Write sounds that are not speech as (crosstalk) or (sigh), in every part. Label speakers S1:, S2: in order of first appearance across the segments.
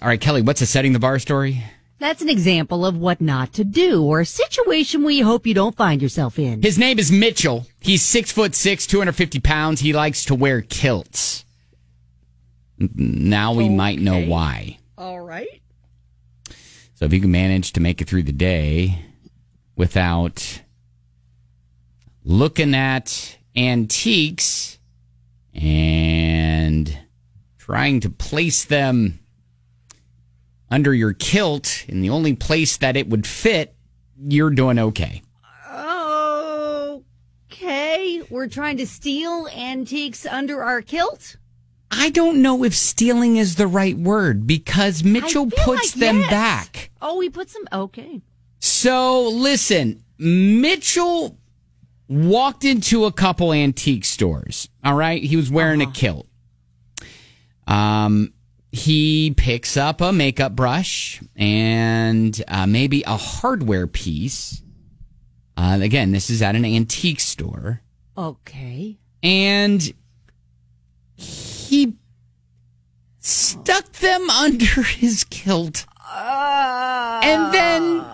S1: All right, Kelly, what's a setting the bar story?
S2: That's an example of what not to do or a situation we hope you don't find yourself in.
S1: His name is Mitchell. He's six foot six, 250 pounds. He likes to wear kilts. N- Now we might know why.
S2: All right.
S1: So if you can manage to make it through the day without looking at antiques and trying to place them under your kilt in the only place that it would fit, you're doing okay.
S2: Okay. We're trying to steal antiques under our kilt.
S1: I don't know if stealing is the right word because Mitchell
S2: feel
S1: puts
S2: like
S1: them
S2: yes.
S1: back.
S2: Oh, we put some. Okay.
S1: So listen, Mitchell walked into a couple antique stores. All right. He was wearing
S2: Uh-huh.
S1: a kilt. Um, he picks up a makeup brush and uh, maybe a hardware piece. Uh, again, this is at an antique store
S2: Okay.
S1: and he stuck them (laughs) under his kilt
S2: Uh,
S1: and then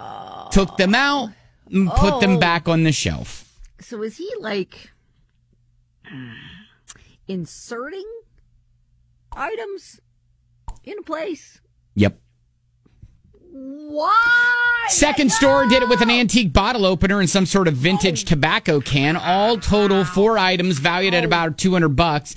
S1: took them out and put them back on the shelf.
S2: So is he like inserting items in a place?
S1: Yep.
S2: Why?
S1: Second store did it with an antique bottle opener and some sort of vintage tobacco can. All total four items valued at about 200 bucks.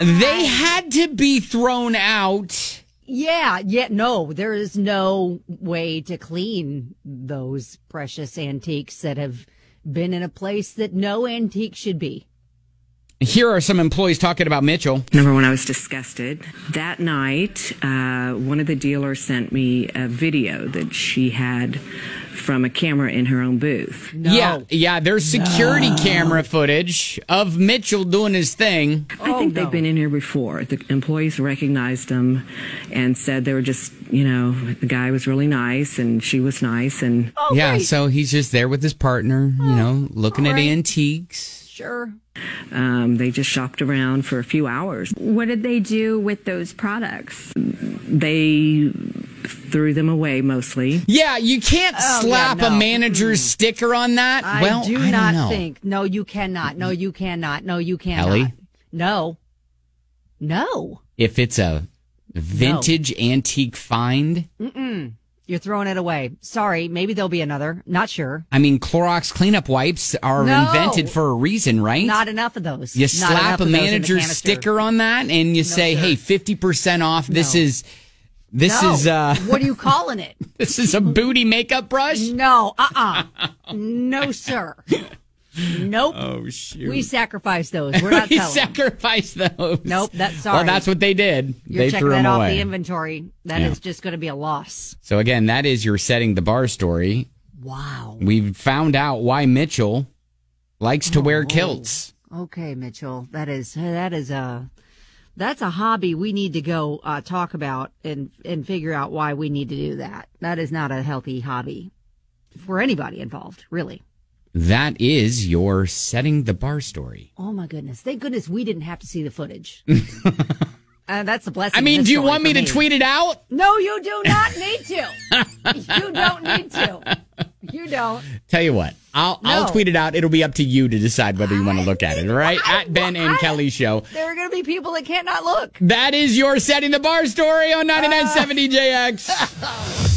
S1: They had to be thrown out.
S2: Yeah, yeah, no, there is no way to clean those precious antiques that have been in a place that no antique should be.
S1: Here are some employees talking about Mitchell.
S3: Number one, I was disgusted. That night, uh, one of the dealers sent me a video that she had from a camera in her own booth.
S1: Yeah, yeah. There's security camera footage of Mitchell doing his thing.
S3: I think they've been in here before. The employees recognized them and said they were just, you know, the guy was really nice and she was nice and
S2: Oh,
S1: Yeah, so he's just there with his partner, you know, looking at antiques.
S2: Sure.
S3: um, they just shopped around for a few hours.
S4: What did they do with those products?
S3: They threw them away mostly.
S1: Yeah, you can't slap
S2: Oh, yeah,
S1: a
S2: no.
S1: manager's sticker on that.
S2: I
S1: well,
S2: do
S1: I don't
S2: not
S1: know.
S2: think. No, you cannot. No, you cannot. No, you cannot.
S1: Ellie?
S2: No. No.
S1: if it's a vintage antique find.
S2: You're throwing it away. Sorry. Maybe there'll be another. Not sure.
S1: I mean, Clorox cleanup wipes are
S2: No.
S1: invented for a reason, right?
S2: Not enough of those.
S1: you
S2: Not
S1: slap
S2: enough
S1: a
S2: of those in the
S1: manager's
S2: canister.
S1: sticker on that, and you say,
S2: sir.
S1: "Hey, fifty percent off. This
S2: No.
S1: is this
S2: No.
S1: is uh
S2: (laughs) what are you calling it?
S1: this is a booty makeup brush."
S2: No, uh uh
S1: (laughs)
S2: No, sir. Nope.
S1: Oh shoot. (laughs)
S2: we sacrifice those. We're not
S1: we
S2: selling. them.
S1: sacrifice those.
S2: Nope, that's
S1: Well,
S2: sorry.
S1: that's what they did.
S2: You're
S1: they
S2: checking
S1: threw
S2: that
S1: them
S2: off
S1: away.
S2: the inventory. That is
S1: Yeah.
S2: just going to be a loss.
S1: so again, that is your setting the bar story.
S2: Wow.
S1: We've found out why Mitchell likes to
S2: Oh.
S1: wear kilts.
S2: Okay, Mitchell. That is that is a that's a hobby we need to go uh, talk about and and figure out why we need to do that. That is not a healthy hobby for anybody involved, really.
S1: That is your setting the bar story.
S2: Oh my goodness! Thank goodness we didn't have to see
S1: (laughs)
S2: the footage. uh, that's a blessing.
S1: I
S2: in
S1: mean,
S2: this
S1: do you
S2: story
S1: want me
S2: for
S1: to tweet it out?
S2: No, you do not need to. you don't need to. You don't.
S1: Tell you what, I'll I'll
S2: No.
S1: tweet it out. It'll be up to you to decide whether you want to look at it. All right,
S2: (laughs) I-
S1: at Ben and
S2: I-
S1: Kelly Show.
S2: There are going to be people that can't not look. (laughs)
S1: That is your setting the bar story on 9970 JX.